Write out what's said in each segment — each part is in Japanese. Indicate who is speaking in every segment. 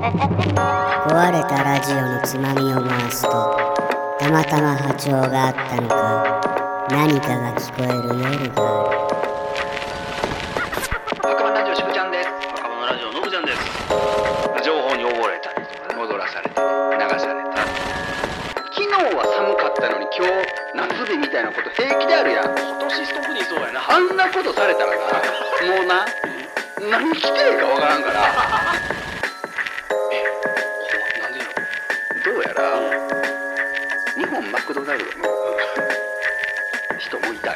Speaker 1: 壊れたラジオのつまみを回すとたまたま波長があったのか何かが聞こえる夜がある
Speaker 2: 若者ラジオしぶちゃんです若者ラジオのぶちゃんです情報に溺れたりとかね踊らされたり流されたり昨日は寒かったのに今日夏日みたいなこと平気であるやん今年特にそうやなあんなことされたらなもうな何着てえかわからんからえ何でなのどうやら、日本マクドナルドの人もいた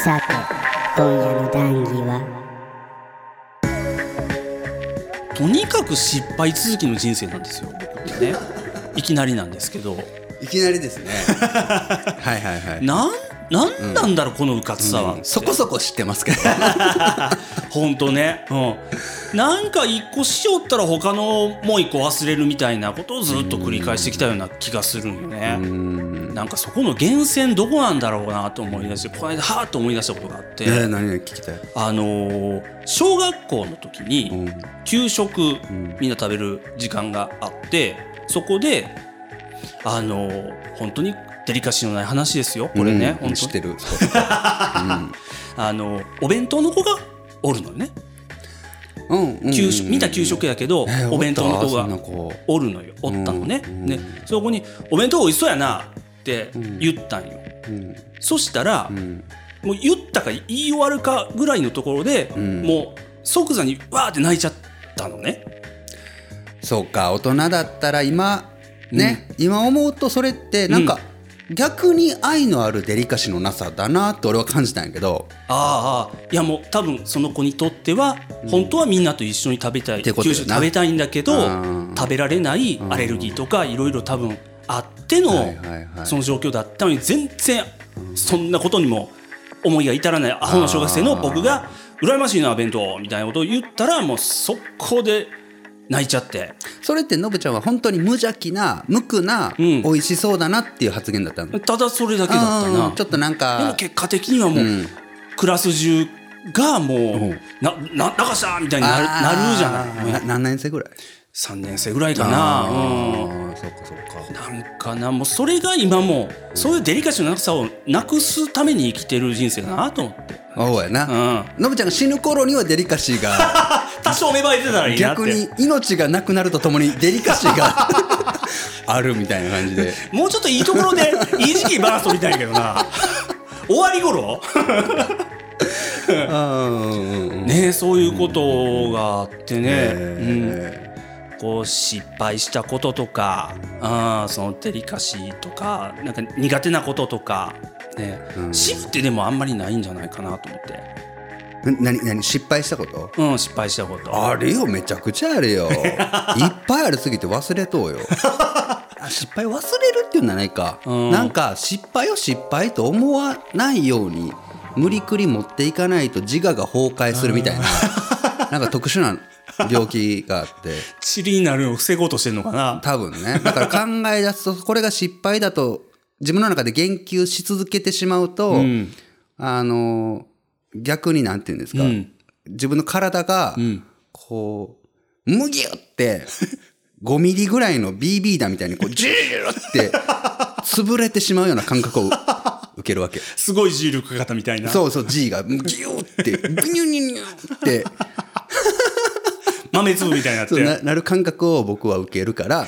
Speaker 1: さて今夜の談義は
Speaker 3: とにかく失敗続きの人生なんですよ僕ってねいきなりなんですけど
Speaker 4: いきなりですねはいはいはい
Speaker 3: なんなんなんだろう、このうかつさは、
Speaker 4: うんそこそこ知ってますけど
Speaker 3: 本当ね、うん、なんか一個しよったら他のもう一個忘れるみたいなことをずっと繰り返してきたような気がするんよねなんかそこの源泉どこなんだろうなと思い出してこの間はーっと思い出したことがあって、
Speaker 4: えー、何々聞きたい
Speaker 3: あのー小学校の時に、
Speaker 4: うん
Speaker 3: 給食、
Speaker 4: ん
Speaker 3: みんな食べる時間があってそこであの本当にデリカシーのない話ですよこれね、
Speaker 4: うん
Speaker 3: 本
Speaker 4: 知っ
Speaker 3: 当
Speaker 4: て
Speaker 3: に
Speaker 4: るそうそう
Speaker 3: あのお弁当の子がおるのね
Speaker 4: うんうんうん
Speaker 3: 給食みんな給食やけど、
Speaker 4: えー
Speaker 3: お弁当の子
Speaker 4: おったそんな
Speaker 3: が
Speaker 4: 子
Speaker 3: おるのよおったのね、
Speaker 4: うん
Speaker 3: ねそこに「お弁当美味しそうやな」って言ったんよ、
Speaker 4: うん
Speaker 3: そしたら、
Speaker 4: うん
Speaker 3: もう言ったか言い終わるかぐらいのところで、
Speaker 4: ん
Speaker 3: もう即座にわーって泣いちゃったのね
Speaker 4: そうか大人だったら今ね、今思うとそれってなんか、逆に愛のあるデリカシーのなさだなって俺は感じたんやけど
Speaker 3: ああああいやもう多分その子にとっては本当はみんなと一緒に食べたい、
Speaker 4: てこ
Speaker 3: 給
Speaker 4: とよな
Speaker 3: 食食べたいんだけど
Speaker 4: うん
Speaker 3: 食べられないアレルギーとかいろいろ多分あっての、
Speaker 4: はいはいはい
Speaker 3: その状況だったのに全然そんなことにも思いが至らないアホな小学生の僕が「羨ましいな弁当」みたいなことを言ったらもう速攻で泣いちゃって
Speaker 4: それってのぶちゃんは本当に無邪気な無垢な、
Speaker 3: うん
Speaker 4: 美味しそうだなっていう発言だったの
Speaker 3: ただそれだけだった
Speaker 4: う。
Speaker 3: なん
Speaker 4: ちょっとなん
Speaker 3: でも
Speaker 4: か
Speaker 3: 結果的にはもう、
Speaker 4: うん
Speaker 3: クラス中がもう、なな流したみたいになる
Speaker 4: あー
Speaker 3: なるじゃない、
Speaker 4: な何年生ぐらい
Speaker 3: 3年生ぐらいかな、うん、
Speaker 4: あーそうかそうか
Speaker 3: なんかなもうそれが今もそういうデリカシーのなさをなくすために生きてる人生だなと思って、
Speaker 4: そうや
Speaker 3: う
Speaker 4: な、
Speaker 3: ん、
Speaker 4: のぶちゃんが死ぬ頃にはデリカシーが
Speaker 3: 多少芽生えてたらいいなって
Speaker 4: 逆に命がなくなるとともにデリカシ ーがあるみたいな感じで
Speaker 3: もうちょっといいところ でいい時期にバランス取りたいけどな終わり頃
Speaker 4: うんうんうん
Speaker 3: ねえそういうことがあってね、うん、
Speaker 4: え
Speaker 3: こう失敗したこととかあーそのデリカシーとかなんか苦手なこととか、ね
Speaker 4: うん
Speaker 3: 知るってでもあんまりないんじゃないかなと思って、
Speaker 4: ーなになに失敗したこと
Speaker 3: うん、失敗したこと
Speaker 4: あれよめちゃくちゃあ れよいっぱいありすぎて忘れとうよあ失敗忘れるっていうんじゃないか、
Speaker 3: うん
Speaker 4: なんか失敗を失敗と思わないように無理くり持っていかないと自我が崩壊するみた いななんか特殊な病気があって
Speaker 3: チリになるのを防ごうとしてるのかな
Speaker 4: 多分ねだから考え出すとこれが失敗だと自分の中で言及し続けてしまうと、
Speaker 3: うん
Speaker 4: あの逆になんて言うんですか、
Speaker 3: うん
Speaker 4: 自分の体が、
Speaker 3: ん
Speaker 4: こう、むぎゅって、5ミリぐらいの BB 弾みたいに、こう、ジューって、潰れてしまうような感覚を受けるわけ。
Speaker 3: すごい重力かかったみたいな
Speaker 4: そうそう、G が、ギューって、ビニュニュニュって、
Speaker 3: 豆粒みたいになっ
Speaker 4: そうな
Speaker 3: て
Speaker 4: なる感覚を僕は受け るから、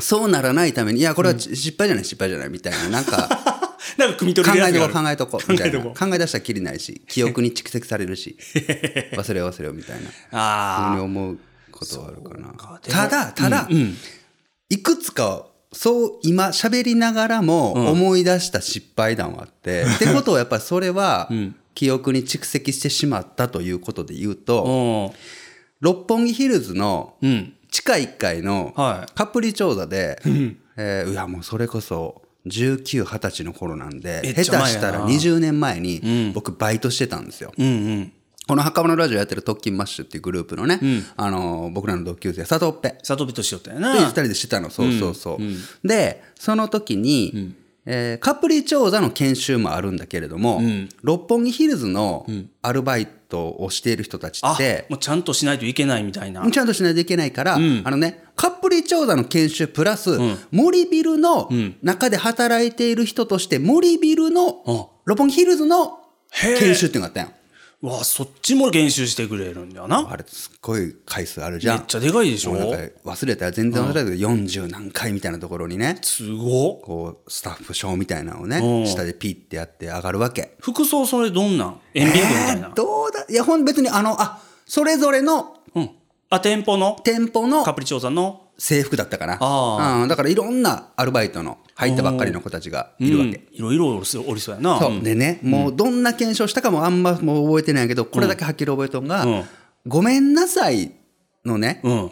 Speaker 4: そうならないために、いや、これは失敗じゃない、失敗じゃない、みたいな、なん か、
Speaker 3: なんか汲み取
Speaker 4: 考
Speaker 3: れるや
Speaker 4: え
Speaker 3: つ
Speaker 4: と
Speaker 3: が
Speaker 4: こ
Speaker 3: あ
Speaker 4: う
Speaker 3: る
Speaker 4: 考えとこう、みたい
Speaker 3: 考
Speaker 4: な。
Speaker 3: えと
Speaker 4: 考
Speaker 3: こ
Speaker 4: え出したらきりな いし、記憶に蓄積されるし、忘れよう忘れよ、みたいな。
Speaker 3: うあ
Speaker 4: ふうに
Speaker 3: ー
Speaker 4: 思うことはあるかな。
Speaker 3: かでも
Speaker 4: ただ、ただ、いくつか、そう、今、喋りながらも思い出した失敗談はあって、ってことはやっぱりそれは、記憶に蓄積してしまったということで言うと、
Speaker 3: うん
Speaker 4: 六本木ヒルズの
Speaker 3: うん
Speaker 4: 地下1階の
Speaker 3: はい
Speaker 4: カプリ調査で、えーいや、もうそれこそ、19、20歳の頃なん
Speaker 3: めっ
Speaker 4: で、
Speaker 3: ちゃ
Speaker 4: 下手
Speaker 3: 前や
Speaker 4: し
Speaker 3: な
Speaker 4: たら20年前に僕バイトしてたんですよ。
Speaker 3: うんうん
Speaker 4: この墓場のラジオやってる特勤マッシュっていうグループのね、あの僕らの同級生佐藤っぺ
Speaker 3: 里人しよったよ
Speaker 4: で二
Speaker 3: な
Speaker 4: 人でしてたのそうそうそう、でその時に、えーカプリ調査の研修もあるんだけれども、
Speaker 3: ん
Speaker 4: 六本木ヒルズのアルバイトをしている人たち
Speaker 3: あ
Speaker 4: って、
Speaker 3: もうちゃんとしないといけないみたいな。
Speaker 4: ちゃんとしないといけないから、
Speaker 3: ん
Speaker 4: あのね、カプリ調査の研修プラス、
Speaker 3: ん
Speaker 4: 森ビルの
Speaker 3: ん
Speaker 4: 中で働いている人として、森ビル
Speaker 3: あ
Speaker 4: の、六本木ヒルズの
Speaker 3: へえ
Speaker 4: 研修っていうのがあったんよ
Speaker 3: うわそっちも研修してくれるんだよな。
Speaker 4: あれ、すっごい回数あるじ
Speaker 3: め
Speaker 4: ゃ
Speaker 3: っ
Speaker 4: ん。
Speaker 3: ちゃでかいでしょ
Speaker 4: もうなんか忘れたら全然忘れたけど、40何回みたいなところにね、
Speaker 3: すごっ
Speaker 4: こう、スタッフ賞みたいなのを
Speaker 3: う
Speaker 4: ね、
Speaker 3: ん
Speaker 4: 下でピッてやって上がるわけ。
Speaker 3: 服装それどんなん塩ビンみたい
Speaker 4: え
Speaker 3: な
Speaker 4: ー。どうだいや、ほん、別にあの、あ、それぞれの
Speaker 3: うん。あ、店舗の
Speaker 4: 店舗の
Speaker 3: カプリ調査の。
Speaker 4: 制服だったかな。
Speaker 3: あ
Speaker 4: うん、だからいろんなアルバイトの入ったばっかりの子たちが
Speaker 3: うん
Speaker 4: いるわけ。
Speaker 3: いろいろおりそうおりそうやな。
Speaker 4: そうでね、もううどんな検証したかもあんまもう覚えてないけど、これだけはっきり覚えとんが、
Speaker 3: うん
Speaker 4: ごめんなさいのね、
Speaker 3: うん。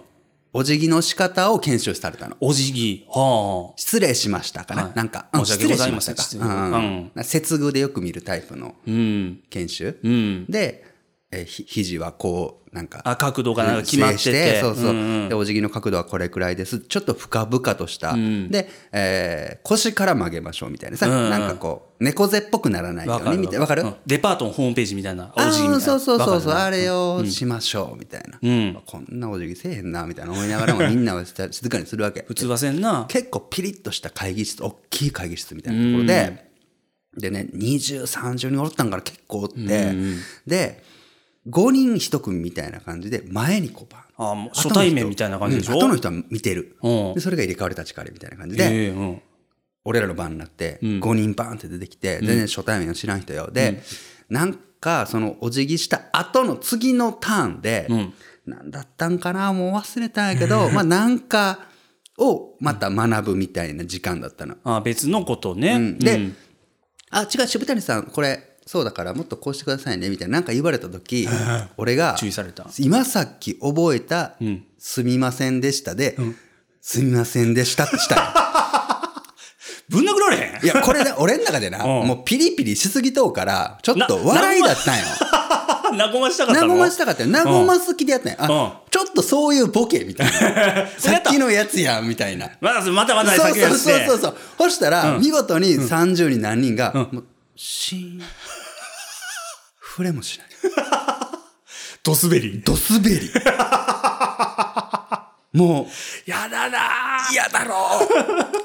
Speaker 4: お辞儀の仕方を研修されたの。
Speaker 3: お辞儀。はあ。
Speaker 4: 失礼しましたかね、
Speaker 3: はい
Speaker 4: なんか、
Speaker 3: 申し訳ございません
Speaker 4: 失礼しましたか、
Speaker 3: 失礼
Speaker 4: うん接遇でよく見るタイプの
Speaker 3: うん。
Speaker 4: 研修、
Speaker 3: うん。
Speaker 4: で、えーひ肘はこうなんか
Speaker 3: あ、角度がなんか決まって。
Speaker 4: うん制してそうそう、
Speaker 3: んん
Speaker 4: でお辞儀の角度はこれくらいですちょっと深々とした、で、えー腰から曲げましょうみたいなさ、
Speaker 3: うんうん
Speaker 4: なんかこう猫背っぽくならないよ
Speaker 3: わ
Speaker 4: う
Speaker 3: か
Speaker 4: に
Speaker 3: る
Speaker 4: みたいなわかる、
Speaker 3: うんデパートのホームページみたいなお
Speaker 4: あ
Speaker 3: 辞儀みたいな
Speaker 4: ーそうそうそうそう
Speaker 3: わか
Speaker 4: あれをしましょうみたいな、
Speaker 3: ん
Speaker 4: こんなお辞儀せえへんなみたいな思いながらもみんなはした静かにするわけ
Speaker 3: る普通はせんな
Speaker 4: 結構ピリッとした会議室大きい会議室みたいなところで、でね2030人おったんから結構おって、で5人1組みたいな感じで前にこうバーン
Speaker 3: あもう
Speaker 4: 後の人
Speaker 3: 初対面みたいな感じでしょ
Speaker 4: うん後の人は見てる、
Speaker 3: うん
Speaker 4: でそれが入れ替わり立ち替わりみたいな感じで、
Speaker 3: ええうん
Speaker 4: 俺らの番になって5人バーンって出てきて、全然初対面の知らん人よで、なんかそのお辞儀した後の次のターンで、
Speaker 3: ん
Speaker 4: なんだったんかなもう忘れたんやけ どまあなんかをまた学ぶみたいな時間だったの。
Speaker 3: あ別のことね、
Speaker 4: うんで、
Speaker 3: うん
Speaker 4: あ違う渋谷さんこれそうだからもっとこうしてくださいねみたいななんか言われた時俺が
Speaker 3: 注意された
Speaker 4: 今さっき覚えた
Speaker 3: ん
Speaker 4: 「すみませんでした」で「すみませんでした」ってしたの
Speaker 3: ぶん殴られへん
Speaker 4: いや、これね、俺の中でな、
Speaker 3: うん
Speaker 4: もうピリピリしすぎとうから、ちょっ
Speaker 3: な
Speaker 4: と笑いだったんよ。
Speaker 3: 和ましたかった
Speaker 4: 和
Speaker 3: の
Speaker 4: ましたかったよ。和ます好きでやったんよ。あ、ちょっとそういうボケみ たいな。さっきのやつやん、みたいな。
Speaker 3: まだまたまた
Speaker 4: そう
Speaker 3: 先
Speaker 4: そう
Speaker 3: 出して
Speaker 4: そうそうそう。そしたら、
Speaker 3: うん
Speaker 4: 見事に30人何人が、もう、シーン。触れもしない。
Speaker 3: ドスベリ
Speaker 4: ドスベリ。も
Speaker 3: やだな
Speaker 4: う、嫌だろ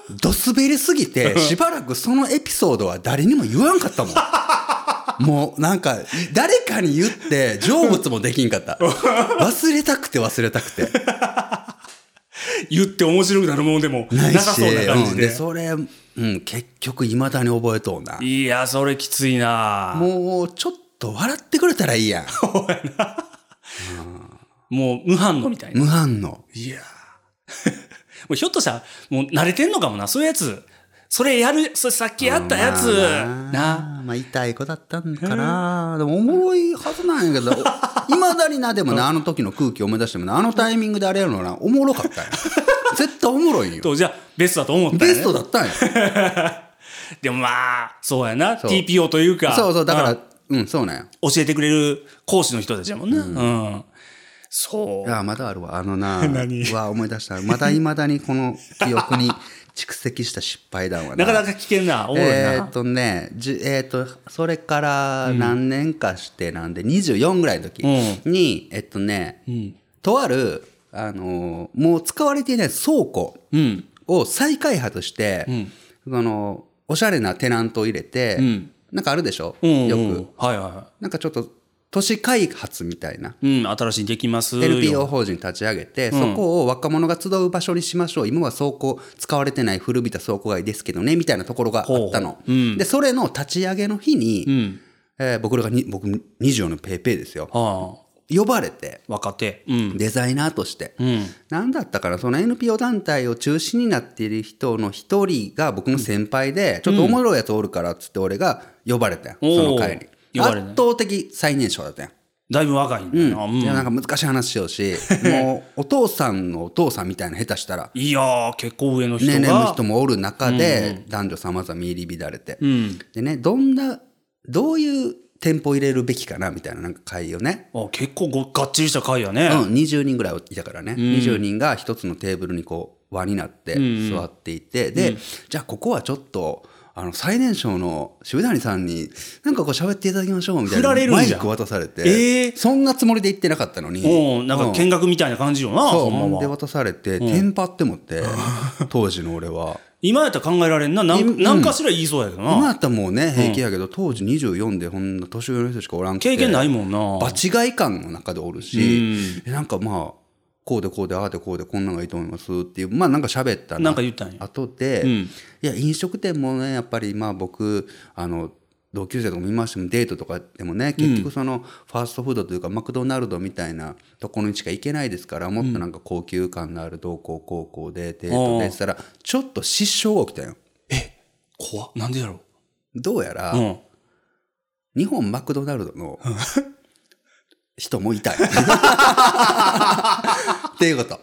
Speaker 4: う。ドスベリすぎ て、しばらくそのエピソードは誰にも言わんかったもん。もうなんか、誰かに言って、成仏もできんかった。忘れたくて忘れたくて。
Speaker 3: 言って面白くなるものでもなさそうな感
Speaker 4: う
Speaker 3: じ
Speaker 4: ん
Speaker 3: で,、
Speaker 4: で、それ、うん、結局未だに覚えとうな。
Speaker 3: いやそれきついなも
Speaker 4: もう、ちょっと笑ってくれたらいいやん。
Speaker 3: う無反応みたいな、
Speaker 4: 無反応。
Speaker 3: いやもうひょっとしたらもう慣れてんのかもなそういうやつそれやるそれさっきやったやつ、
Speaker 4: まあ
Speaker 3: な
Speaker 4: まあ、痛い子だったんかな。でも、おもろいはずなん やけど、いまだにな、でもな、あの時の空気思い出してもな、あのタイミングであれやるのな、おもろか ったんや。絶対おもろいんよ。
Speaker 3: とじゃあベストだと思ったよ
Speaker 4: ベ
Speaker 3: ね
Speaker 4: ストだったんや。
Speaker 3: でもまあそうやな
Speaker 4: う
Speaker 3: TPO というか
Speaker 4: そうそう、だから
Speaker 3: ん、
Speaker 4: うん、そうなんや。
Speaker 3: 教えてくれる講師の人たちやもんな、うんそ
Speaker 4: いや、まだあるわ。あのな、
Speaker 3: 何
Speaker 4: うわ、思い出した。まだいまだにこの記憶に蓄積した失敗談は
Speaker 3: うなかなか危険なおもろいな、
Speaker 4: えーっとね、じゅえーっと、それから何年かしてなんで、24ぐらいの時に、えっとね、とある、あのーもう使われていない倉庫
Speaker 3: うん
Speaker 4: を再開発して、その、おしゃれなテナントを入れて、
Speaker 3: ん
Speaker 4: なんかあるでしょ、
Speaker 3: うんうん
Speaker 4: よく。
Speaker 3: はいはいは
Speaker 4: なんかちょっと、都市開発みたいな。
Speaker 3: い、うん、新しいにできますよ
Speaker 4: LPO 法人立ち上げて、そこを若者が集う場所にしましょう今は倉庫使われてない古びた倉庫街ですけどねみたいなところがあったの
Speaker 3: ほうほううん
Speaker 4: でそれの立ち上げの日に、
Speaker 3: うん
Speaker 4: えー僕らがに僕24のペイペイですよ
Speaker 3: はあ
Speaker 4: 呼ばれて
Speaker 3: 若手うん
Speaker 4: デザイナーとして、
Speaker 3: うん
Speaker 4: なんだったかなその NPO 団体を中心になっている人の一人が僕の先輩で、ちょっとおもろいやつおるからっつって俺が呼ばれたよ、
Speaker 3: おー
Speaker 4: その会に
Speaker 3: 呼ばれ
Speaker 4: 圧
Speaker 3: たね
Speaker 4: 倒的最年少だったよ
Speaker 3: だいぶ若いんだよな、うん
Speaker 4: いやなんか難しい話を しもうお父さんのお父さんみたいな下手したら
Speaker 3: いやー結構上の人が
Speaker 4: 年齢の人もおる中で男女さまざま入り乱れて、
Speaker 3: うん
Speaker 4: でねどんなどういう店舗入れるべきかなみたいななんか会をね、
Speaker 3: あ結構ごがっちりした回やね、
Speaker 4: うん、20人ぐらいいたからね、20人が一つのテーブルにこう輪になって座っていて、でじゃあここはちょっと。あの、最年少の渋谷さんに、なんかこう喋っていただきましょうみたい
Speaker 3: 振ら
Speaker 4: な。
Speaker 3: れるん
Speaker 4: マ
Speaker 3: じゃ
Speaker 4: イ
Speaker 3: ん
Speaker 4: ク渡されて、
Speaker 3: ええ
Speaker 4: そんなつもりで言ってなかったのに。
Speaker 3: おうなんか
Speaker 4: う
Speaker 3: 見学みたいな感じよな、
Speaker 4: そ
Speaker 3: ほ
Speaker 4: う、ほ
Speaker 3: ん
Speaker 4: ん
Speaker 3: ま
Speaker 4: で
Speaker 3: は。
Speaker 4: 渡されて、テンパって もって、当時の俺は。
Speaker 3: 今やったら考えられんな。なん
Speaker 4: うん
Speaker 3: なんかしら言いそうやけど
Speaker 4: 今や
Speaker 3: な。
Speaker 4: ったらもうね、平気やけど、当時24で、ほんな年上の人しかおらんくて。
Speaker 3: 経験ないもんな。
Speaker 4: 場違い感の中でおるし、えなんかまあ、こうでこうで、ああでこうで、こんなのがいいと思いますっていう、まあなんか喋った
Speaker 3: なんか言ったんや。
Speaker 4: 後で、
Speaker 3: ん
Speaker 4: いや、飲食店もね、やっぱりまあ僕、あの、同級生とか見ましてもデートとかでもね結局そのファーストフードというかマクドナルドみたいなところにしか行けないですからもっとなんか高級感のある同校高校でデートでって言ったらちょっと失笑が起きたよ
Speaker 3: 怖っなんでやろ
Speaker 4: どうやら、
Speaker 3: う。うん。
Speaker 4: 日本マクドナルドの人もいたい。っていうこと。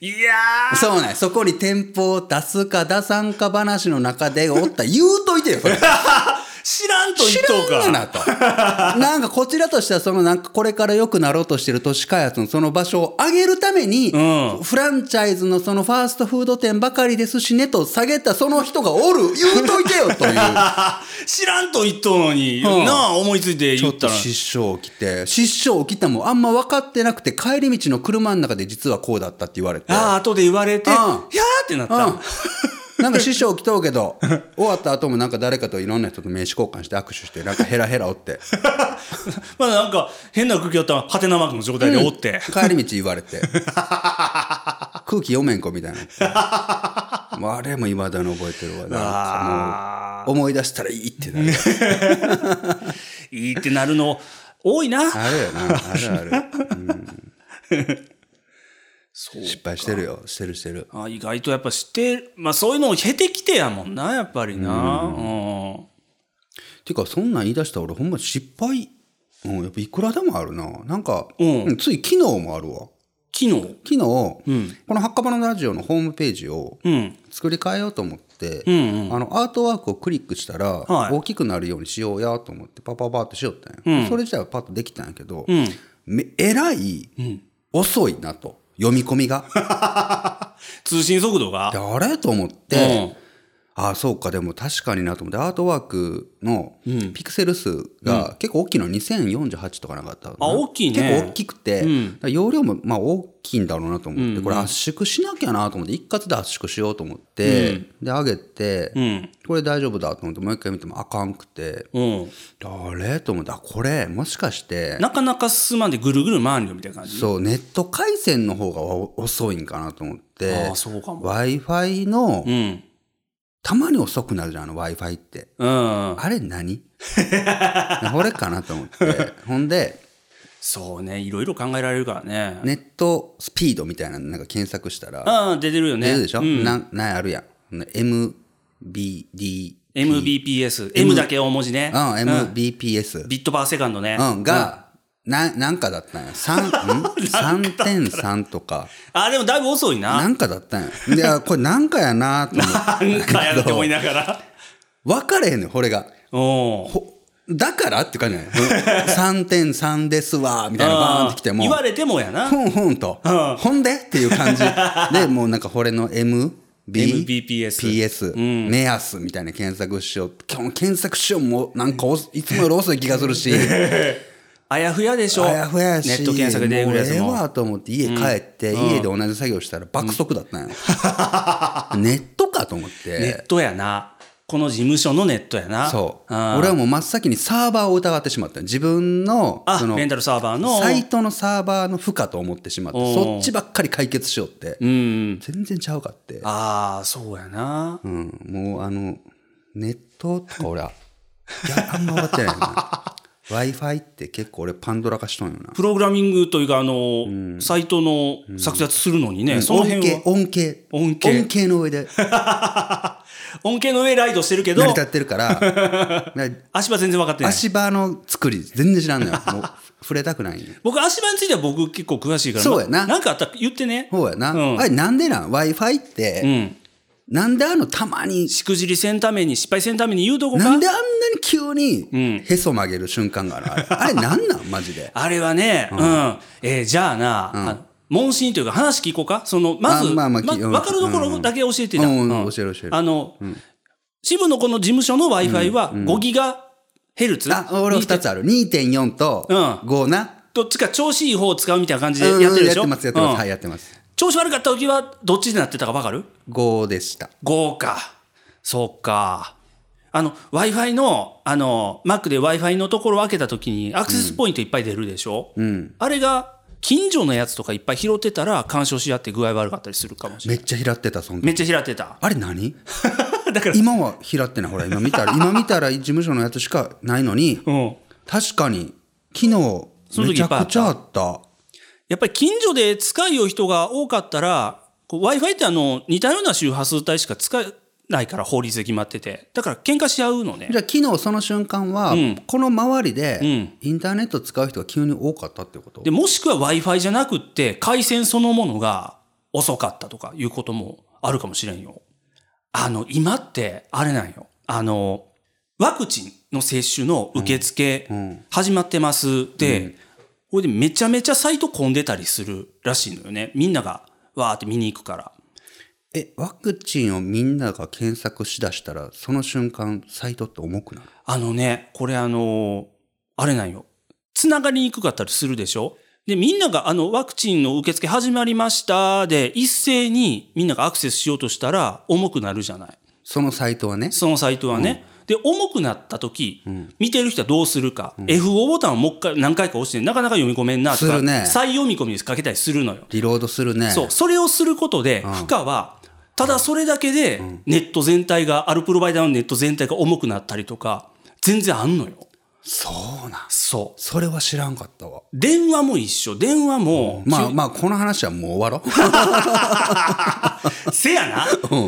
Speaker 3: いや
Speaker 4: そうね。そこに店舗を出すか出さんか話の中でおった言うといてよ、それ。
Speaker 3: 知らんと言っ
Speaker 4: 知
Speaker 3: とう
Speaker 4: らん
Speaker 3: か。
Speaker 4: がなと。なんかこちらとしては、そのなんかこれから良くなろうとしてる都市開発のその場所を上げるために、
Speaker 3: うん
Speaker 4: フランチャイズのそのファーストフード店ばかりですしねと下げたその人がおる言うといてよという。
Speaker 3: 知らんと言っとうのに、
Speaker 4: うん
Speaker 3: なあ、思いついて
Speaker 4: ちょ
Speaker 3: 言
Speaker 4: っ
Speaker 3: った
Speaker 4: と
Speaker 3: ら。
Speaker 4: 失笑起きて、失笑起きたもんあんま分かってなくて、帰り道の車の中で実はこうだったって言われて。
Speaker 3: ああ、後で言われて、
Speaker 4: うん
Speaker 3: いやーってなっ
Speaker 4: うん
Speaker 3: た。。
Speaker 4: なんか失笑起きとうけど、終わった後もなんか誰かといろんな人と名刺交換して握手して、なんかヘラヘラおって、
Speaker 3: まあなんか、変な空気あったら、ハテナマークの状態でおって。
Speaker 4: 帰り道言われて、空気読めんこみたいな。もうあれも未だに覚えてるわな。
Speaker 3: あ
Speaker 4: もう思い出したらいいってなる。
Speaker 3: ーいいってなるの、多いな。
Speaker 4: あるよな、あるある。
Speaker 3: そう
Speaker 4: 失敗してるよ、してるしてる。
Speaker 3: あ意外とやっぱ知って、まあそういうのを経てきてやもんな、やっぱりな。うん。
Speaker 4: てかそんなん言い出したら俺ほんま失敗、うん、やっぱいくらでもあるななんか、
Speaker 3: うん
Speaker 4: うんつい昨日もあるわ
Speaker 3: 機能。
Speaker 4: 昨日、
Speaker 3: ん
Speaker 4: この「墓場のラジオ」のホームページを
Speaker 3: うん。
Speaker 4: 作り変えようと思って、
Speaker 3: ん
Speaker 4: あのアートワークをクリックしたら、
Speaker 3: はい
Speaker 4: 大きくなるようにしようやと思ってパパパってしよったんや、それじゃあパッとできたんやけど、
Speaker 3: ん
Speaker 4: めえらい遅いなと読み込 みが。
Speaker 3: 通信速度が。
Speaker 4: であれと思って、ああそうかでも確かになと思ってアートワークのピクセル数が結構大きいの2048とかなかったかな
Speaker 3: あ大きいね
Speaker 4: 結構大きくて、だから容量もまあ大きいんだろうなと思って、これ圧縮しなきゃなと思って一括で圧縮しようと思って、で上げて、
Speaker 3: ん
Speaker 4: これ大丈夫だと思ってもう一回見てもあかんくて
Speaker 3: うん。
Speaker 4: あれと思ってあこれもしかして
Speaker 3: なかなか進まんでぐるぐる回るよみたいな感じ。
Speaker 4: そうネット回線の方がお遅いんかなと思って
Speaker 3: ああ、そうかも。
Speaker 4: w i f i の、
Speaker 3: うん。
Speaker 4: たまに遅くなるじゃん、あの Wi-Fi って。
Speaker 3: うん。
Speaker 4: あ れ何これかなと思って。ほんで、
Speaker 3: そうね、いろいろ考えられるからね。
Speaker 4: ネットスピードみたいなのなんか検索したら、
Speaker 3: ああ、出てるよね。
Speaker 4: 出るでしょ、
Speaker 3: うん
Speaker 4: なん、なんあるやん。ほんで MBD。
Speaker 3: MBPS。M だけ大文字ね。
Speaker 4: うん、MBPS。
Speaker 3: ビットパーセカンドね。
Speaker 4: うん、が、な、なんかだったんや。3、ん ?3.3 とか、
Speaker 3: ああ、でもだいぶ遅いな。
Speaker 4: なんかだったんや。いや、これなんかやなと思っ て。
Speaker 3: なんかやって思いながら。
Speaker 4: 分かれへんねん、これが。
Speaker 3: おお。
Speaker 4: ほだからって感じじゃない ?3.3 ですわ、みたいなバーンってきても。
Speaker 3: 言われてもやな。
Speaker 4: ふんふんと、ほんでっていう感じでもうなんかこれの M
Speaker 3: MBPS
Speaker 4: PS、目安みたいな検索しよう今日も検索しようもうなんかおいつもより遅い気がするし
Speaker 3: あやふやでしょ。
Speaker 4: あやふややし
Speaker 3: ネット検索で出
Speaker 4: もう
Speaker 3: るや
Speaker 4: え
Speaker 3: つ
Speaker 4: え
Speaker 3: も。
Speaker 4: わと思って家帰って、家で同じ作業したら爆速だったんよ、 ネットかと思っ
Speaker 3: ネッ
Speaker 4: て
Speaker 3: トやな。この事務所のネットやな。
Speaker 4: そう
Speaker 3: あー
Speaker 4: 俺はもう真っ先にサーバーを疑ってしまったよ自分の
Speaker 3: あ
Speaker 4: その
Speaker 3: レンタルサーバーの。
Speaker 4: サイトのサーバーの負荷と思ってしまって
Speaker 3: おー
Speaker 4: そっちばっかり解決しようって、
Speaker 3: うん。
Speaker 4: 全然ちゃうかって
Speaker 3: ああ、そうやな。
Speaker 4: うん、もうあの、ネットとか俺は、いや、あんま分かってな いな。Wi-Fi って結構俺パンドラ化しとんよな。
Speaker 3: プログラミングというか、あの、サイトの作成するのにね、その
Speaker 4: 恩
Speaker 3: 辺
Speaker 4: 恵
Speaker 3: は、
Speaker 4: 恩恵。
Speaker 3: 恩恵
Speaker 4: の上で
Speaker 3: 恩恵の上ライドしてるけど
Speaker 4: 成り、立ってるから、 だから
Speaker 3: 足場全然分かってない。
Speaker 4: 足場の作り全然 知らんのよ。もう触れたくないんよ
Speaker 3: 僕、足場については僕結構詳しいから、
Speaker 4: そうやな
Speaker 3: まなんかあったら言ってね。
Speaker 4: ほうやな。
Speaker 3: うん
Speaker 4: あれなんでなん ?Wi-Fi っ
Speaker 3: う
Speaker 4: て、
Speaker 3: ん。
Speaker 4: なんであのたまに、
Speaker 3: しくじりせんために、失敗せんために言うとこか。
Speaker 4: なんであんなに急
Speaker 3: ん
Speaker 4: にへそ曲げる瞬間があるあれあれなんなんマ ジで。
Speaker 3: あれはね、うん。えーじゃあな、あの問診というか話聞こうか。その、まず、
Speaker 4: あまあまあき
Speaker 3: ま
Speaker 4: うん
Speaker 3: 分かるところだけ教えてな。
Speaker 4: うんうん
Speaker 3: うん
Speaker 4: 教える教える
Speaker 3: あの、渋野この事務所の Wi-Fi は5ギガヘルツ。
Speaker 4: あ、俺は2つある。2.4と5な。
Speaker 3: どっちか調子いい方を使うみたいな感じで
Speaker 4: うん
Speaker 3: やってるでしょ、
Speaker 4: やってます、やってます。
Speaker 3: うん
Speaker 4: はい、やってます。
Speaker 3: 調子悪かった時はどっちになってたか分かる
Speaker 4: 5でした。
Speaker 3: ?5 か。そうか。あの、Wi-Fi の、あの、Mac で Wi-Fi のところを開けた時にアクセスポイントいっぱい出るでしょ、
Speaker 4: ん
Speaker 3: あれが近所のやつとかいっぱい拾ってたら干渉し合って具合悪かったりするかもしれ
Speaker 4: め
Speaker 3: ない。
Speaker 4: っちゃ拾ってた、その時
Speaker 3: めっちゃ拾ってた。
Speaker 4: あ れ何今は拾ってない。ほら、今見たら、今見たら事務所のやつしかないのに、
Speaker 3: うん。
Speaker 4: 確かに、昨日、
Speaker 3: その
Speaker 4: め
Speaker 3: 時
Speaker 4: ち
Speaker 3: い
Speaker 4: ゃ
Speaker 3: っぱいあった
Speaker 4: くちゃあった。
Speaker 3: やっぱり近所で使いよう人が多かったら、こう Wi-Fi ってあの、似たような周波数帯しか使えないから法律で決まってて。だから喧嘩し合うのね
Speaker 4: じ。ゃあ昨日その瞬間は、
Speaker 3: ん
Speaker 4: この周り
Speaker 3: うん
Speaker 4: でインターネット使う人が急に多かったってこと、
Speaker 3: で、もしくは Wi-Fi じゃなくって、回線そのものが遅かったとかいうこともあるかもしれんよ。あの、今って、あれなんよ。あの、ワクチンの接種の受付
Speaker 4: んうん、
Speaker 3: 始まってます。で、これでめちゃめちゃサイト混んでたりするらしいのよね。みんなが、わーって見に行くから。
Speaker 4: えワクチンをみんなが検索しだしたらその瞬間サイトって重くなる
Speaker 3: あのね、これあのーあれなんよ。つながりにくかったりするでしょで、みんながあの、ワクチンの受付始まりましたで、一斉にみんながアクセスしようとしたら重くなるじゃない。
Speaker 4: そのサイトはね
Speaker 3: そのサイトはね。で、重くなった時、見てる人はどうするか。F5 ボタンをもう一回何回か押して、なかなか読み込めんなと
Speaker 4: す
Speaker 3: か、
Speaker 4: るね
Speaker 3: 再読み込みにかけたりするのよ。
Speaker 4: リロードするね
Speaker 3: そう、それをすることで、負荷は、ただそれだけで、ネット全体が、あるプロバイダーのネット全体が重くなったりとか、全然あんのよ。
Speaker 4: そうなん
Speaker 3: そう。
Speaker 4: それは知らんかったわ
Speaker 3: 電話も一緒。電話も、
Speaker 4: まあまあこの話はもう終わろ う
Speaker 3: せやな。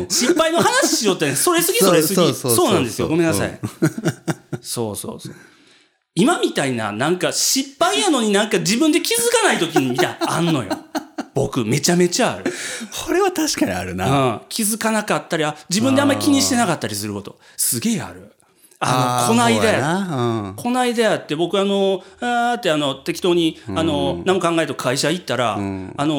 Speaker 3: 失敗の話しようってね、それ好きそれ好き。
Speaker 4: そうそうそうそう
Speaker 3: そうなんですよ。ごめんなさい。そうそうそう。今みたいな、なんか失敗やのになんか自分で気づかない時にみたいな、あんのよ。僕、めちゃめちゃある。
Speaker 4: これは確かにあるな、
Speaker 3: うん、気づかなかったりあ自分であんまり気にしてなかったりすることすげえあるあの
Speaker 4: あー
Speaker 3: こないだ
Speaker 4: そうや
Speaker 3: や
Speaker 4: なうん
Speaker 3: こないだやって僕あのあーってあの適当にあの、何も考えと会社行ったら、あの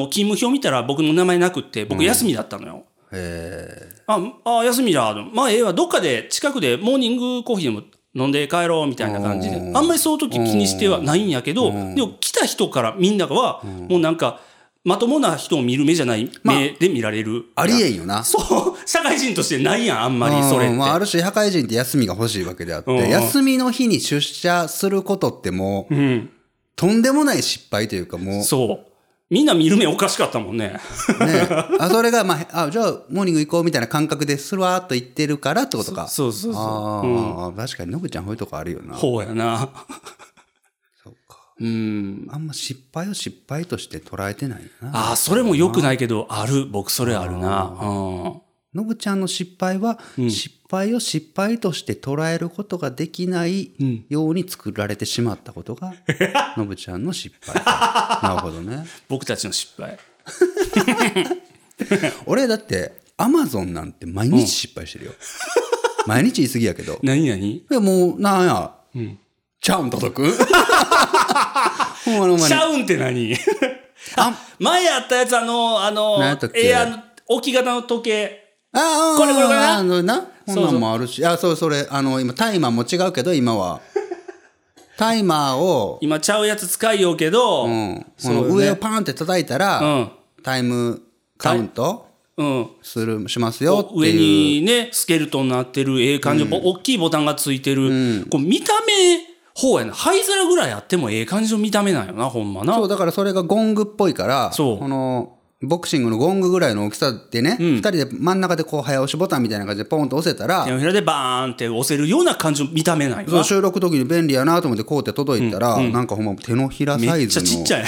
Speaker 3: 勤務表見たら僕の名前なくって僕休みだったのよ、
Speaker 4: え
Speaker 3: ああ休みだまあええわどっかで近くでモーニングコーヒーでも飲んで帰ろうみたいな感じで
Speaker 4: うん
Speaker 3: あんまりその時気にしてはないんやけどでも来た人からみんなはもうなんかまともな人を見る目じゃない
Speaker 4: まあ
Speaker 3: 目で見られる、
Speaker 4: ーありえんよな
Speaker 3: そう、 社会人としてないやん、あんまり、それっ
Speaker 4: うんまあ、あ
Speaker 3: て。
Speaker 4: る種社会人って休みが欲しいわけであって、
Speaker 3: うんうん
Speaker 4: 休みの日に出社することってもう、
Speaker 3: うん、
Speaker 4: とんでもない失敗というかもう
Speaker 3: そう。みんな見る目おかしかったもんね。
Speaker 4: ね、あそれが、まあ、あじゃあモーニング行こうみたいな感覚ですわーっと言ってるからってことか
Speaker 3: そうそう
Speaker 4: あ
Speaker 3: そう。うん、
Speaker 4: ー、確かにノブちゃんこういうとこあるよな
Speaker 3: ほうやな。
Speaker 4: そうか
Speaker 3: うん。
Speaker 4: あんま失敗を失敗として捉えてないよな
Speaker 3: ああ、それも良くないけど、ある。僕、それあるな。うん。
Speaker 4: ノブちゃんの失敗は、失敗を失敗として捉えることができないように作られてしまったこと が、ノブちゃんの失敗なるほどね
Speaker 3: 僕たちの失敗。
Speaker 4: 俺だってアマゾンなんて毎日失敗してるよ、 毎日言い過ぎやけど
Speaker 3: 何何
Speaker 4: でもうなんや、ちゃうん届 くほんまにほんま
Speaker 3: シ
Speaker 4: に
Speaker 3: ャウンって何 あ、前あったやつ、あの、あの
Speaker 4: 何やったっ、け
Speaker 3: えあの、置き型の時計。
Speaker 4: ああ
Speaker 3: これこれこれな
Speaker 4: ああのなこんなんもあるしあそうそれあの今タイマーも違うけど今はタイマー を、
Speaker 3: 今、ちゃうやつ使いようけど、
Speaker 4: うん、こ
Speaker 3: そう
Speaker 4: の
Speaker 3: よね
Speaker 4: 上をパーンって叩いたら、
Speaker 3: うん
Speaker 4: タイムカウント
Speaker 3: うん。
Speaker 4: するしますよって
Speaker 3: 上
Speaker 4: いう
Speaker 3: にねスケルトンになってるええ感じの、大きいボタンがついてる、こう見た目ほうやな灰皿ぐらいあってもええ感じの見た目なんよなほんまな
Speaker 4: そうだからそれがゴングっぽいから
Speaker 3: そう
Speaker 4: このボクシングのゴングぐらいの大きさでね、二2人で真ん中でこう早押しボタンみたいな感じでポンと押せたら
Speaker 3: 手のひらでバーンって押せるような感じの見た目なんよ
Speaker 4: そう
Speaker 3: な
Speaker 4: 収録時に便利やなと思ってこうって届いたら、なんかほんま手のひらサ
Speaker 3: め
Speaker 4: イ
Speaker 3: っち
Speaker 4: ズ
Speaker 3: ゃちっ
Speaker 4: の
Speaker 3: ちゃい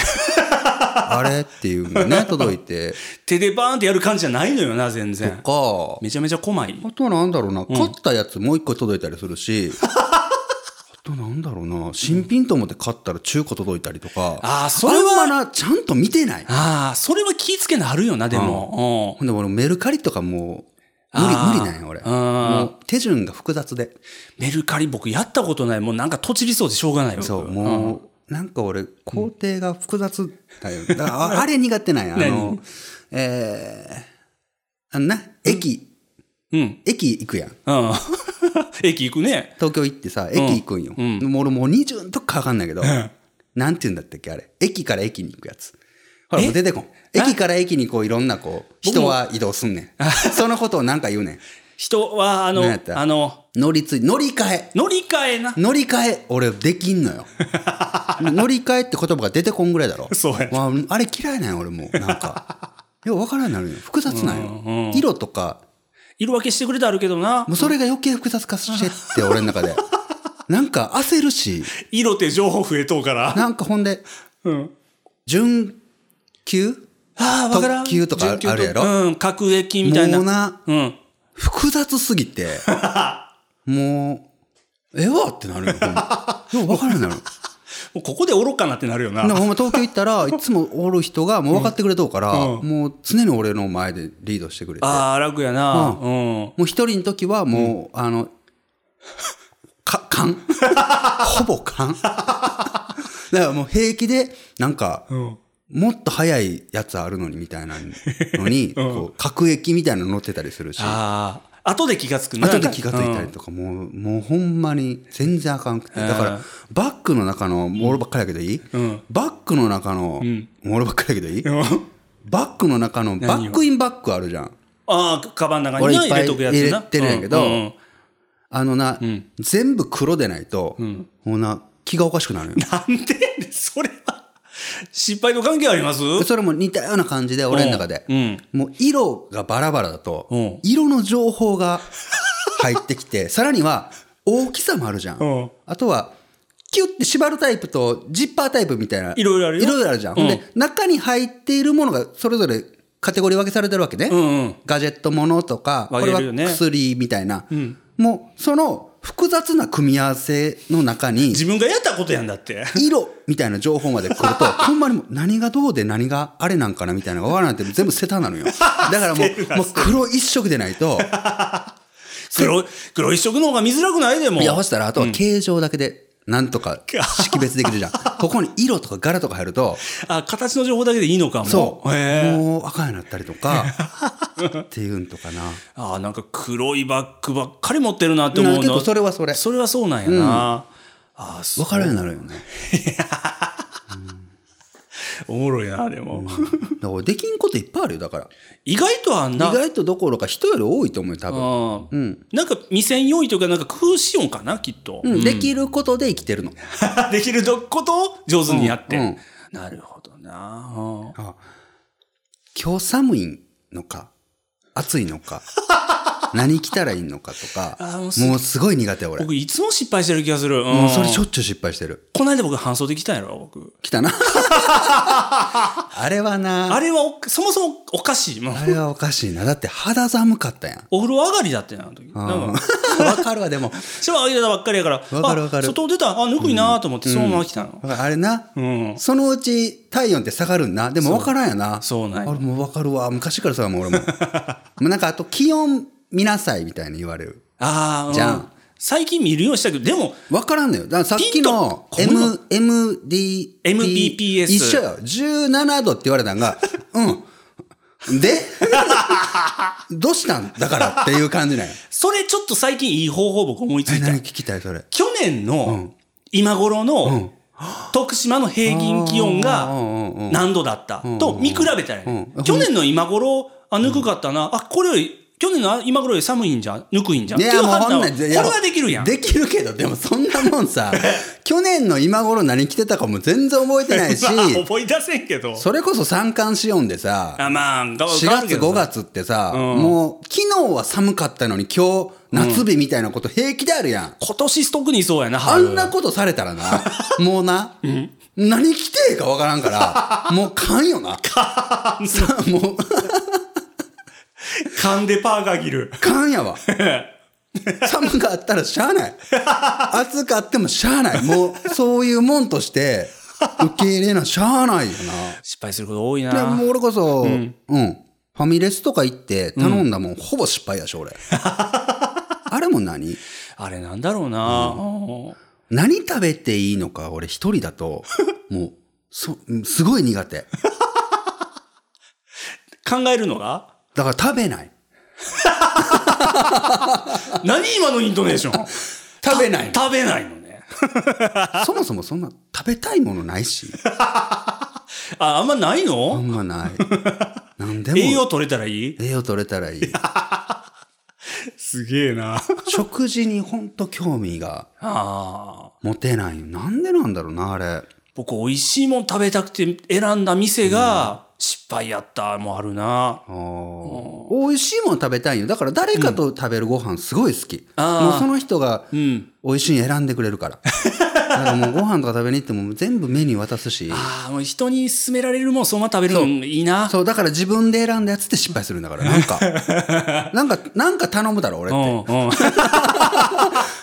Speaker 4: あれっていうのがね届いて
Speaker 3: 手でバーンってやる感じじゃないのよな全然
Speaker 4: か
Speaker 3: めちゃめちゃ細い
Speaker 4: あとはなんだろうな、買ったやつもう一個届いたりす るしあとなんだろうな新品と思って買ったら中古届いたりとか
Speaker 3: あーそれは
Speaker 4: あんまなちゃんと見てない
Speaker 3: ああそれは気ぃつけなあるよなでも、
Speaker 4: ほんで俺メルカリとかもう無理
Speaker 3: あー
Speaker 4: 無理なんや俺
Speaker 3: うん
Speaker 4: もう手順が複雑で
Speaker 3: うんメルカリ僕やったことないもうなんかとちりそうでしょうがないよ
Speaker 4: そう
Speaker 3: う
Speaker 4: もう、なんか俺工程が複雑だよ、だからああれ苦手なんやあのえー、あんな駅、
Speaker 3: うん。
Speaker 4: 駅行くやん。
Speaker 3: うん。 駅行くね。
Speaker 4: 東京行ってさ、駅行くんよ。
Speaker 3: うん
Speaker 4: もう俺もう20のとこかわかんないけど、
Speaker 3: ん
Speaker 4: なんて言うんだったっけ、あれ。駅から駅に行くやつ。ほら、
Speaker 3: え
Speaker 4: もう出てこん。駅から駅にこういろんなこう、
Speaker 3: 僕も
Speaker 4: 人は移動すんね ん。そのことをなんか言うねん。
Speaker 3: 人は、あの
Speaker 4: 何やっ、た
Speaker 3: あの、
Speaker 4: 乗り継い、乗り換え。
Speaker 3: 乗り換えな。
Speaker 4: 乗り換え、俺できん のよ。乗り換えって言葉が出てこんぐらいだろ。
Speaker 3: そうや
Speaker 4: わあれ嫌いなんよ、俺もう。なんか。よう分からんなるよ。複雑なんよ。
Speaker 3: うんうん
Speaker 4: 色とか、
Speaker 3: 色分けしてくれてあるけどな
Speaker 4: も。うそれが余計複雑化してって、俺の中で。なんか焦るし、
Speaker 3: 色って情報増えとうから。
Speaker 4: なんかほんで、
Speaker 3: うん。
Speaker 4: 準急
Speaker 3: ああ、わからん。
Speaker 4: 特急とかある
Speaker 3: 準急
Speaker 4: やろ
Speaker 3: うん、各駅みたいな。
Speaker 4: もうな、
Speaker 3: うん。
Speaker 4: 複雑す ぎて、もう、ええわってなるよ、ほんま。よう分からんなる。
Speaker 3: もうここで愚かなってなるよな。
Speaker 4: でもほんま東京行っ たらいつもおる人がもう分かってくれとうから、
Speaker 3: うんうん
Speaker 4: もう常に俺の前でリードしてくれても
Speaker 3: ああ、楽やな。
Speaker 4: う
Speaker 3: うん。
Speaker 4: う一人の時はもう、あのか 勘ほぼ勘だからもう平気でなんか、
Speaker 3: うん。
Speaker 4: もっと速いやつあるのにみたいな のに、こう各駅みたいなの乗ってたりするし
Speaker 3: ああ、後で気がつくな
Speaker 4: 後で気がついた
Speaker 3: う
Speaker 4: り
Speaker 3: ん
Speaker 4: とか、もう、もうほんまに全然あかんくて。
Speaker 3: うん
Speaker 4: だから、バッグの中の、もう俺ばっかりやけどいい、
Speaker 3: うん
Speaker 4: バッグの中の、
Speaker 3: ん
Speaker 4: もう俺ばっかりやけどいい、
Speaker 3: うん
Speaker 4: バッグの中の、バックインバッグあるじゃん。
Speaker 3: ああ、カバンの中
Speaker 4: 俺
Speaker 3: に
Speaker 4: いっ
Speaker 3: な
Speaker 4: ぱい
Speaker 3: 入れとくやつな。
Speaker 4: 入れてるんやけど
Speaker 3: うんうん
Speaker 4: あのな、
Speaker 3: ん
Speaker 4: 全部黒でないと、もうな、気がおかしくなるよ。
Speaker 3: なんでやねんそれは、失敗と関係あります
Speaker 4: それも似たような感じで、俺の中で。
Speaker 3: うん
Speaker 4: もう色がバラバラだ
Speaker 3: う
Speaker 4: と
Speaker 3: ん、
Speaker 4: 色の情報が入って きて、さらには大きさもあるじゃん。
Speaker 3: うん
Speaker 4: あとは、キュッて縛るタイプとジッパータイプみたいな。
Speaker 3: いろいろあるよ
Speaker 4: いろいろあるじゃん。ほんで、中に入っているものがそれぞれカテゴリー分けされてるわけね。
Speaker 3: うんうん
Speaker 4: ガジェットものとか、
Speaker 3: 分
Speaker 4: これ
Speaker 3: け
Speaker 4: は
Speaker 3: れるよね
Speaker 4: 薬みたいな。もう、その複雑な組み合わせの中に、
Speaker 3: 自分がやったことやんだって。
Speaker 4: 色みたいな情報まで来ると、 ほんまにもう何がどうで何があれなんかなみたいなのが分からなくて全部捨てたな のよ。だからもう、もう黒一色でないと、
Speaker 3: 黒い、黒一色の方が見づらくないでも。
Speaker 4: いや、ほしたらあとは形状だけで、なん とか識別できるじゃん。ここに色とか柄とか入ると、
Speaker 3: あ、形の情報だけでいいのかも。
Speaker 4: そう、
Speaker 3: へえ。
Speaker 4: もう赤になったり とか、っていうんとかな。
Speaker 3: あーなんか黒いバッグばっかり持ってるなって思う
Speaker 4: な
Speaker 3: の。
Speaker 4: 結構それはそれ。
Speaker 3: それはそうなんやな。あーそ
Speaker 4: 分からんようになるよね。
Speaker 3: おもろいな、でも。
Speaker 4: だからできんこといっぱいあるよ、だから。
Speaker 3: 意外とあん
Speaker 4: 意
Speaker 3: な。
Speaker 4: 外とどころか人より多いと思うよ、多分。
Speaker 3: うんなんか未線用意というか、なんか空視音かな、きっと。
Speaker 4: うん、できることで生きてるの。
Speaker 3: できることを上手にやって。
Speaker 4: うんうん
Speaker 3: なるほどな。うん
Speaker 4: あ今日寒いのか暑いの か何着たらいいのかとか
Speaker 3: あもうす
Speaker 4: もうすごい苦手俺も
Speaker 3: 僕、いつも失敗してる気がする。うん
Speaker 4: うそれしょっちゅう失敗してる
Speaker 3: この間僕、搬送できたんやろ、僕。
Speaker 4: 来 たなあれはな
Speaker 3: あ
Speaker 4: あれ
Speaker 3: れはお、そもそもおかしい。もう
Speaker 4: はおかしいなだって肌寒かったやん
Speaker 3: お風呂上がりだってな、あの時。なんか、
Speaker 4: わかるわでも
Speaker 3: シャワー上げたばっかりやから、
Speaker 4: わかるわかる
Speaker 3: あ外出た、あ、ぬくいなと思って、そのまま来たの。
Speaker 4: あれな、
Speaker 3: うん
Speaker 4: そのうち体温って下がるんなでもわからんやな
Speaker 3: そうなんや
Speaker 4: 俺もうわかるわ昔からそうやもん俺も もうなんかあと気温見なさいみたいに言われる
Speaker 3: ああ、う
Speaker 4: じゃん
Speaker 3: 最近見るようにしたけど、でも、
Speaker 4: わからんのよ。だからさっきの
Speaker 3: ピンと
Speaker 4: M、MD、
Speaker 3: MBPS
Speaker 4: 一緒よ。17度って言われた んが、うん。で どうしたんだからっていう感じなんよ
Speaker 3: それちょっと最近いい方法僕思いつ
Speaker 4: え
Speaker 3: いた
Speaker 4: 何。聞きたいそれ。
Speaker 3: 去年の今頃の徳島の平均気温
Speaker 4: あーうんうんう
Speaker 3: が
Speaker 4: ん
Speaker 3: 何度だったと見比べたらね
Speaker 4: うん
Speaker 3: 去年の今頃、あ、ぬくかったな。あ、これより、去年の今頃より寒いんじゃんぬくいんじゃんっていう判断は、こ
Speaker 4: ん
Speaker 3: れはできるやん。
Speaker 4: できるけど、でもそんなもん さ、去年の今頃何着てたかも全然覚えてないし
Speaker 3: ま、あ思い出せんけど。
Speaker 4: それこそ三寒四温でさ、
Speaker 3: あ、まあ、4
Speaker 4: 4月5。月ってさ、もう昨日は寒かったのに今日夏日みたいなこと平気であるやん。
Speaker 3: 今年特にそうやな、
Speaker 4: あ
Speaker 3: 春
Speaker 4: んなことされたらな、 もうな、何着てええかわからんから、もう勘よな。さあもう、
Speaker 3: 噛んでパーカー着る。
Speaker 4: 勘や わ。寒かったらしゃあない。暑かってもしゃあない。もう、そういうもんとして、受け入れなしゃあないよ
Speaker 3: 失敗すること多い
Speaker 4: な。で
Speaker 3: な
Speaker 4: も。う俺こそ、うん、ファミレスとか行って頼んだもん、ほぼ失敗やし、 俺。あれも何
Speaker 3: あれなんだろうな。うん
Speaker 4: 何食べていいのか俺一人だともうそすごい苦手
Speaker 3: 考えるのが
Speaker 4: だから食べない
Speaker 3: 何今のイントネーション
Speaker 4: 食べないの
Speaker 3: 食べないのね。
Speaker 4: そもそもそんな食べたいものない し
Speaker 3: あ、あんまない
Speaker 4: あ
Speaker 3: の
Speaker 4: んま ない何でも
Speaker 3: 栄養取れたらいい
Speaker 4: 栄養取れたらいい
Speaker 3: すげえな。
Speaker 4: 食事にほんと興味が
Speaker 3: あー
Speaker 4: 持てないよなんでなんだろうなあれ
Speaker 3: 僕、美味しいもん食べたくて選んだ店が失敗やったもあるな。
Speaker 4: あー美味しいもの食べたいよだから誰かと食べるご飯すごい好き、
Speaker 3: あー
Speaker 4: もうその人が
Speaker 3: うん。
Speaker 4: 美味しいの選んでくれるからだからもうご飯とか食べに行っても全部メニュー渡すし
Speaker 3: ああ、もう人に勧められるもんそのまま食べるのいいな。
Speaker 4: そうだから自分で選んだやつって失敗するんだからなんか なんかなんか頼むだろ俺
Speaker 3: う
Speaker 4: っ
Speaker 3: ん、うん。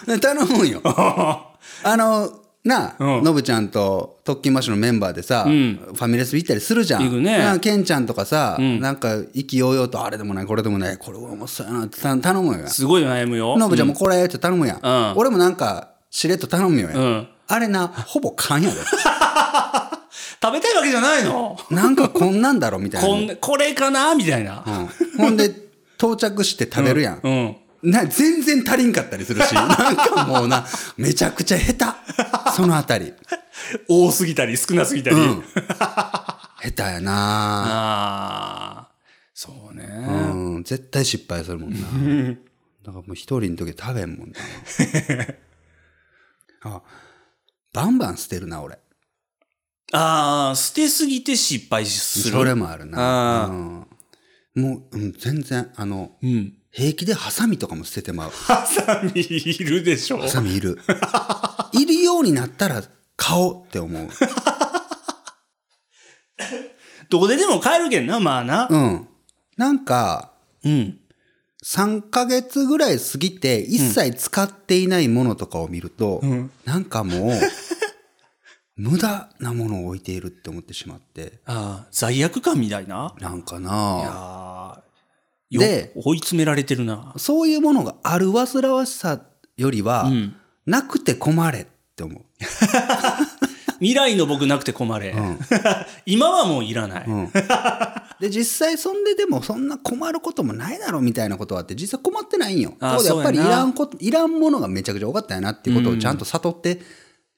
Speaker 4: て頼むんよあのなあ、
Speaker 3: うん
Speaker 4: のぶちゃんと特勤マッシュのメンバーでさ、
Speaker 3: ん
Speaker 4: ファミレス行ったりするじゃん
Speaker 3: 行くね
Speaker 4: なんかケンちゃんとかさ、
Speaker 3: ん
Speaker 4: なんか意気揚々とあれでもないこれでもないこれもそうやなってた頼むよ
Speaker 3: すごい悩むよ。
Speaker 4: ノブちゃんもこれって頼むやん。
Speaker 3: うん
Speaker 4: 俺もなんか、しれっと頼むよや、
Speaker 3: うん
Speaker 4: あれな、ほぼ勘やで。
Speaker 3: 食べたいわけじゃないの
Speaker 4: なんかこんなんだろみたいな。
Speaker 3: こんこれかなみたいな。
Speaker 4: うんほんで、到着して食べるやん。
Speaker 3: うん。
Speaker 4: な全然足りんかったりするし、なんかもうな、めちゃくちゃ下手。そのあたり。
Speaker 3: 多すぎたり少なすぎたり。
Speaker 4: うん。下手やな
Speaker 3: ああ。そうね。
Speaker 4: うん、絶対失敗するもんな。だからもう一人の時食べんも んな。あバンバン捨てるな、俺。
Speaker 3: ああ、捨てすぎて失敗する。
Speaker 4: それもあるな。
Speaker 3: あー
Speaker 4: うんもう、うん、全然、あの、
Speaker 3: うん。
Speaker 4: 平気でハサミとかも捨ててまう。ハ
Speaker 3: ハサミいるでしょ。
Speaker 4: サミい る。いるようになったら買おうって思う。
Speaker 3: どこででも買えるけんな、まあな。
Speaker 4: うん。なんか、
Speaker 3: うん。
Speaker 4: 3ヶ月ぐらい過ぎて一切使っていないものとかを見ると、
Speaker 3: ん
Speaker 4: なんかもう、 無駄なものを置いているって思ってしまって、
Speaker 3: ああ、罪悪感みたいな。
Speaker 4: なんか
Speaker 3: いや
Speaker 4: な
Speaker 3: ーよ
Speaker 4: で
Speaker 3: 追い詰められてるな。
Speaker 4: そういうものがある煩わしさよりは、
Speaker 3: うん。
Speaker 4: なくて困れって思う。
Speaker 3: 未来の僕なくて困れ。
Speaker 4: ん
Speaker 3: 今はもういらない。
Speaker 4: うんで実際そんででもそんな困ることもないだろうみたいなことはあって実際困ってないんよ。
Speaker 3: あー
Speaker 4: ここでやっぱりい
Speaker 3: そうやな
Speaker 4: らんこといらんものがめちゃくちゃ多かったんやなっていうことをちゃんと悟って、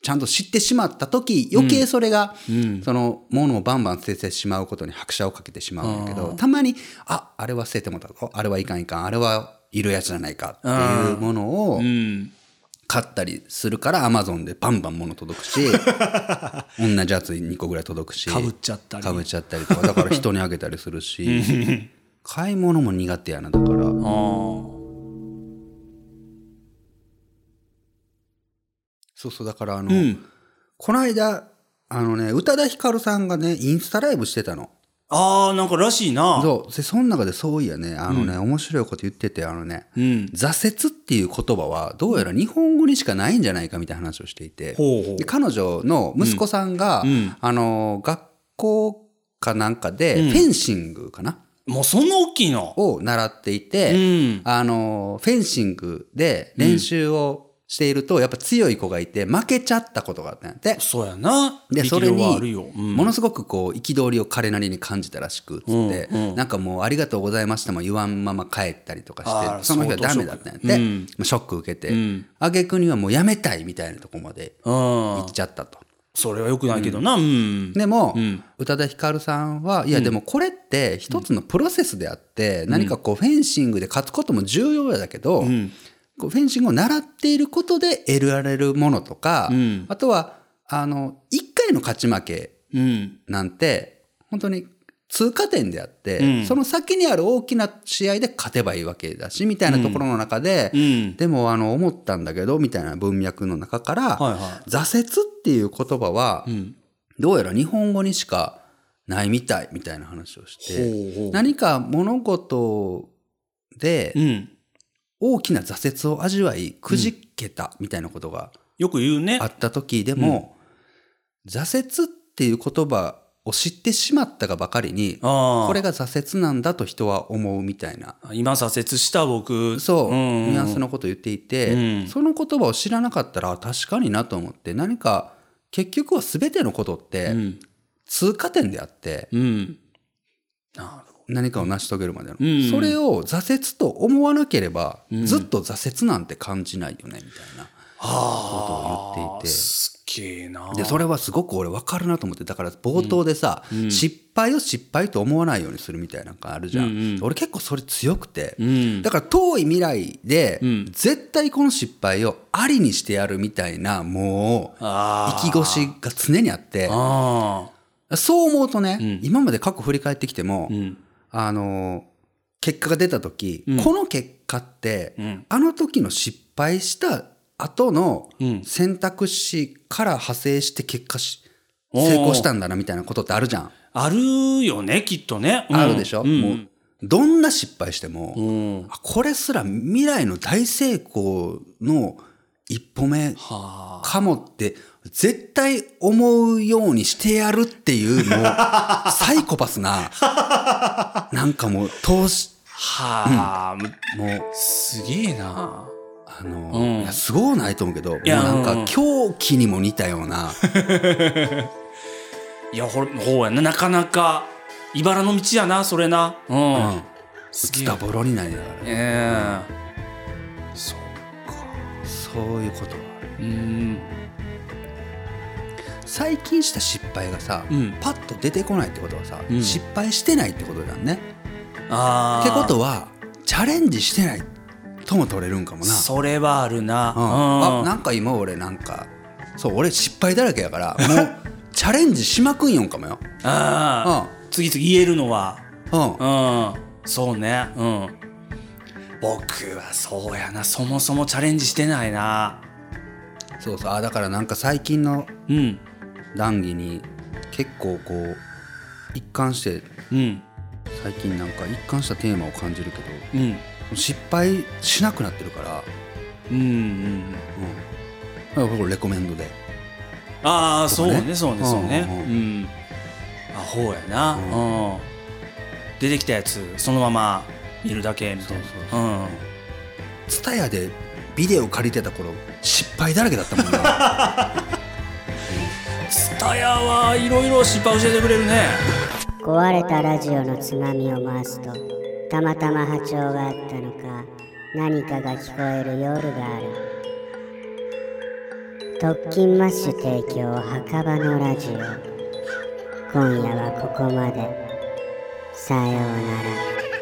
Speaker 4: ちゃんと知ってしまった時余計それが、そのものをバンバン捨ててしまうことに拍車をかけてしまうんやけどたまにああれは捨ててもだぞあれはいかんいかんあれはいるやつじゃないかっていうものを
Speaker 3: うん。
Speaker 4: 買ったりするからアマゾンでバンバン物届 くし同じやつ2個ぐらい届くし
Speaker 3: かぶっちゃったり。
Speaker 4: かぶっちゃったりとかだから人にあげたりす るし買い物も苦手やなだから
Speaker 3: あー
Speaker 4: そうそうだからあの、
Speaker 3: うん
Speaker 4: この間あのね宇多田ヒカルさんがねインスタライブしてたの
Speaker 3: あー、なんからしいな。
Speaker 4: そうでその中でそういやねあのね、面白いこと言っててあのね、
Speaker 3: うん。
Speaker 4: 挫折っていう言葉はどうやら日本語にしかないんじゃないかみたいな話をしていて、
Speaker 3: ほうほう
Speaker 4: で彼女の息子さんが、
Speaker 3: ん
Speaker 4: あの学校かなんかでフェンシングかな、
Speaker 3: もうそんな大きいの。
Speaker 4: を習っていて、
Speaker 3: うん。
Speaker 4: あの、フェンシングで練習をしていると、やっぱ強い子がいて、負けちゃったことがあったんやって。
Speaker 3: そうやな。
Speaker 4: で、
Speaker 3: 力
Speaker 4: それ
Speaker 3: 量
Speaker 4: に、
Speaker 3: はあるよ。うん
Speaker 4: ものすごくこう、憤りを彼なりに感じたらしく、つって、
Speaker 3: うんうん
Speaker 4: なんかもう、ありがとうございましたも言わんまま帰ったりとかし
Speaker 3: あ
Speaker 4: て、
Speaker 3: ー
Speaker 4: その日はダメだったんやって、
Speaker 3: 相当ショックうん
Speaker 4: まあショック受けて
Speaker 3: ん、
Speaker 4: あげくにはもうやめたいみたいなとこまで
Speaker 3: うん
Speaker 4: 行っちゃったと。
Speaker 3: それは良くないけどな。うん。
Speaker 4: でも、
Speaker 3: ん
Speaker 4: 宇多田ヒカルさんはいやでもこれって一つのプロセスであって、何かこうフェンシングで勝つことも重要やだけど、こうフェンシングを習っていることで得られるものとか、
Speaker 3: ん
Speaker 4: あとはあの1回の勝ち負け
Speaker 3: うん。
Speaker 4: なんて本当に通過点であって、
Speaker 3: うん
Speaker 4: その先にある大きな試合で勝てばいいわけだしみたいなところの中で、
Speaker 3: うん。
Speaker 4: でもあの思ったんだけどみたいな文脈の中から、
Speaker 3: はいは
Speaker 4: 挫折っていう言葉は、
Speaker 3: い。うん。
Speaker 4: どうやら日本語にしかないみたいみたいな話をして
Speaker 3: ほうほう
Speaker 4: 何か物事で
Speaker 3: うん。
Speaker 4: 大きな挫折を味わいくじけたみたいなことが
Speaker 3: よく言うね
Speaker 4: あ。った時でも、挫折っていう言葉を知ってしまったがばかりに
Speaker 3: あ
Speaker 4: こ
Speaker 3: あ
Speaker 4: れ。が挫折なんだと人は思うみたいな
Speaker 3: 今挫折した僕。
Speaker 4: そう、
Speaker 3: ん
Speaker 4: ニュアンスのことを言っていて、
Speaker 3: うん
Speaker 4: その言葉を知らなかったらあ確かになと思って何か結局は全てのことっ
Speaker 3: う
Speaker 4: て
Speaker 3: ん。
Speaker 4: 通過点であって、
Speaker 3: うん。なるほ
Speaker 4: 何かを成し遂げるまでの、
Speaker 3: ん
Speaker 4: それを挫折と思わなければ、ずっと挫折なんて感じないよねみたいなことを言っていて
Speaker 3: すっげえな。
Speaker 4: でそれはすごく俺分かるなと思ってだから冒頭でさ、失敗を失敗と思わないようにするみたいなのがあるじゃん、俺結構それ強くて、
Speaker 3: ん
Speaker 4: だから遠い未来で、
Speaker 3: ん
Speaker 4: 絶対この失敗をありにしてやるみたいなもう
Speaker 3: あ
Speaker 4: 意気越しが常にあって
Speaker 3: あ
Speaker 4: そう思うとね、今まで過去振り返ってきても、
Speaker 3: あ。うん。
Speaker 4: あの結果が出た時、
Speaker 3: ん
Speaker 4: この結果って、
Speaker 3: ん
Speaker 4: あの時の失敗した後の
Speaker 3: うん
Speaker 4: 選択肢から派生して結果し
Speaker 3: おー
Speaker 4: 成功したんだなみたいなことってあるじゃん。
Speaker 3: あるよね、きっとね。うん
Speaker 4: あるでしょ、
Speaker 3: うん
Speaker 4: もうどんな失敗して
Speaker 3: う
Speaker 4: も、
Speaker 3: ん。は
Speaker 4: あこれすら未来の大成功の一歩目
Speaker 3: あ。
Speaker 4: かもって絶対思うようにしてやるっていうもう サイコパスななんかもう投資
Speaker 3: はあ。む
Speaker 4: もう
Speaker 3: すげえな。
Speaker 4: あの、
Speaker 3: うん
Speaker 4: いやすごいないと思うけどもう
Speaker 3: や
Speaker 4: なん
Speaker 3: うん
Speaker 4: か狂気にも似たような
Speaker 3: いや、ほら、ほうやな。なかなか、茨の道やな、それな。うん。
Speaker 4: うん
Speaker 3: すげえ
Speaker 4: ズタボロになりながら
Speaker 3: ええそう
Speaker 4: そういうことはある
Speaker 3: うん
Speaker 4: 最近した失敗がさ、
Speaker 3: うん
Speaker 4: パッと出てこないってことはさ、
Speaker 3: うん
Speaker 4: 失敗してないってことだね。
Speaker 3: ああ
Speaker 4: ってことはチャレンジしてないとも取れるんかもな。
Speaker 3: それはあるな
Speaker 4: うんあなんか今俺なんかそう俺失敗だらけ やからもうチャレンジしまくんよんかもよ。
Speaker 3: ああ次々言えるのは
Speaker 4: うん
Speaker 3: うんそうねうん僕はそうやなそもそもチャレンジしてないな
Speaker 4: そうそうあだからなんか最近の
Speaker 3: うん
Speaker 4: 談義に結構こう一貫して
Speaker 3: うん
Speaker 4: 最近なんか一貫したテーマを感じるけど
Speaker 3: うん
Speaker 4: 失敗しなくなってるから、
Speaker 3: うんうん
Speaker 4: うん、これレコメンドで
Speaker 3: ああそう
Speaker 4: とかね
Speaker 3: ねそうねそうね
Speaker 4: うん
Speaker 3: う
Speaker 4: うん
Speaker 3: あほうやな
Speaker 4: う
Speaker 3: うん出てきたやつそのまま見るだけみたい
Speaker 4: そうそう
Speaker 3: なうん
Speaker 4: 蔦屋でビデオ借りてた頃失敗だらけだったもんな
Speaker 3: ツタヤはいろいろ失敗教えてくれるね
Speaker 1: 壊れたラジオのつまみを回すとたまたま波長があったのか何かが聞こえる夜がある特勤マッシュ提供墓場のラジオ今夜はここまでさようなら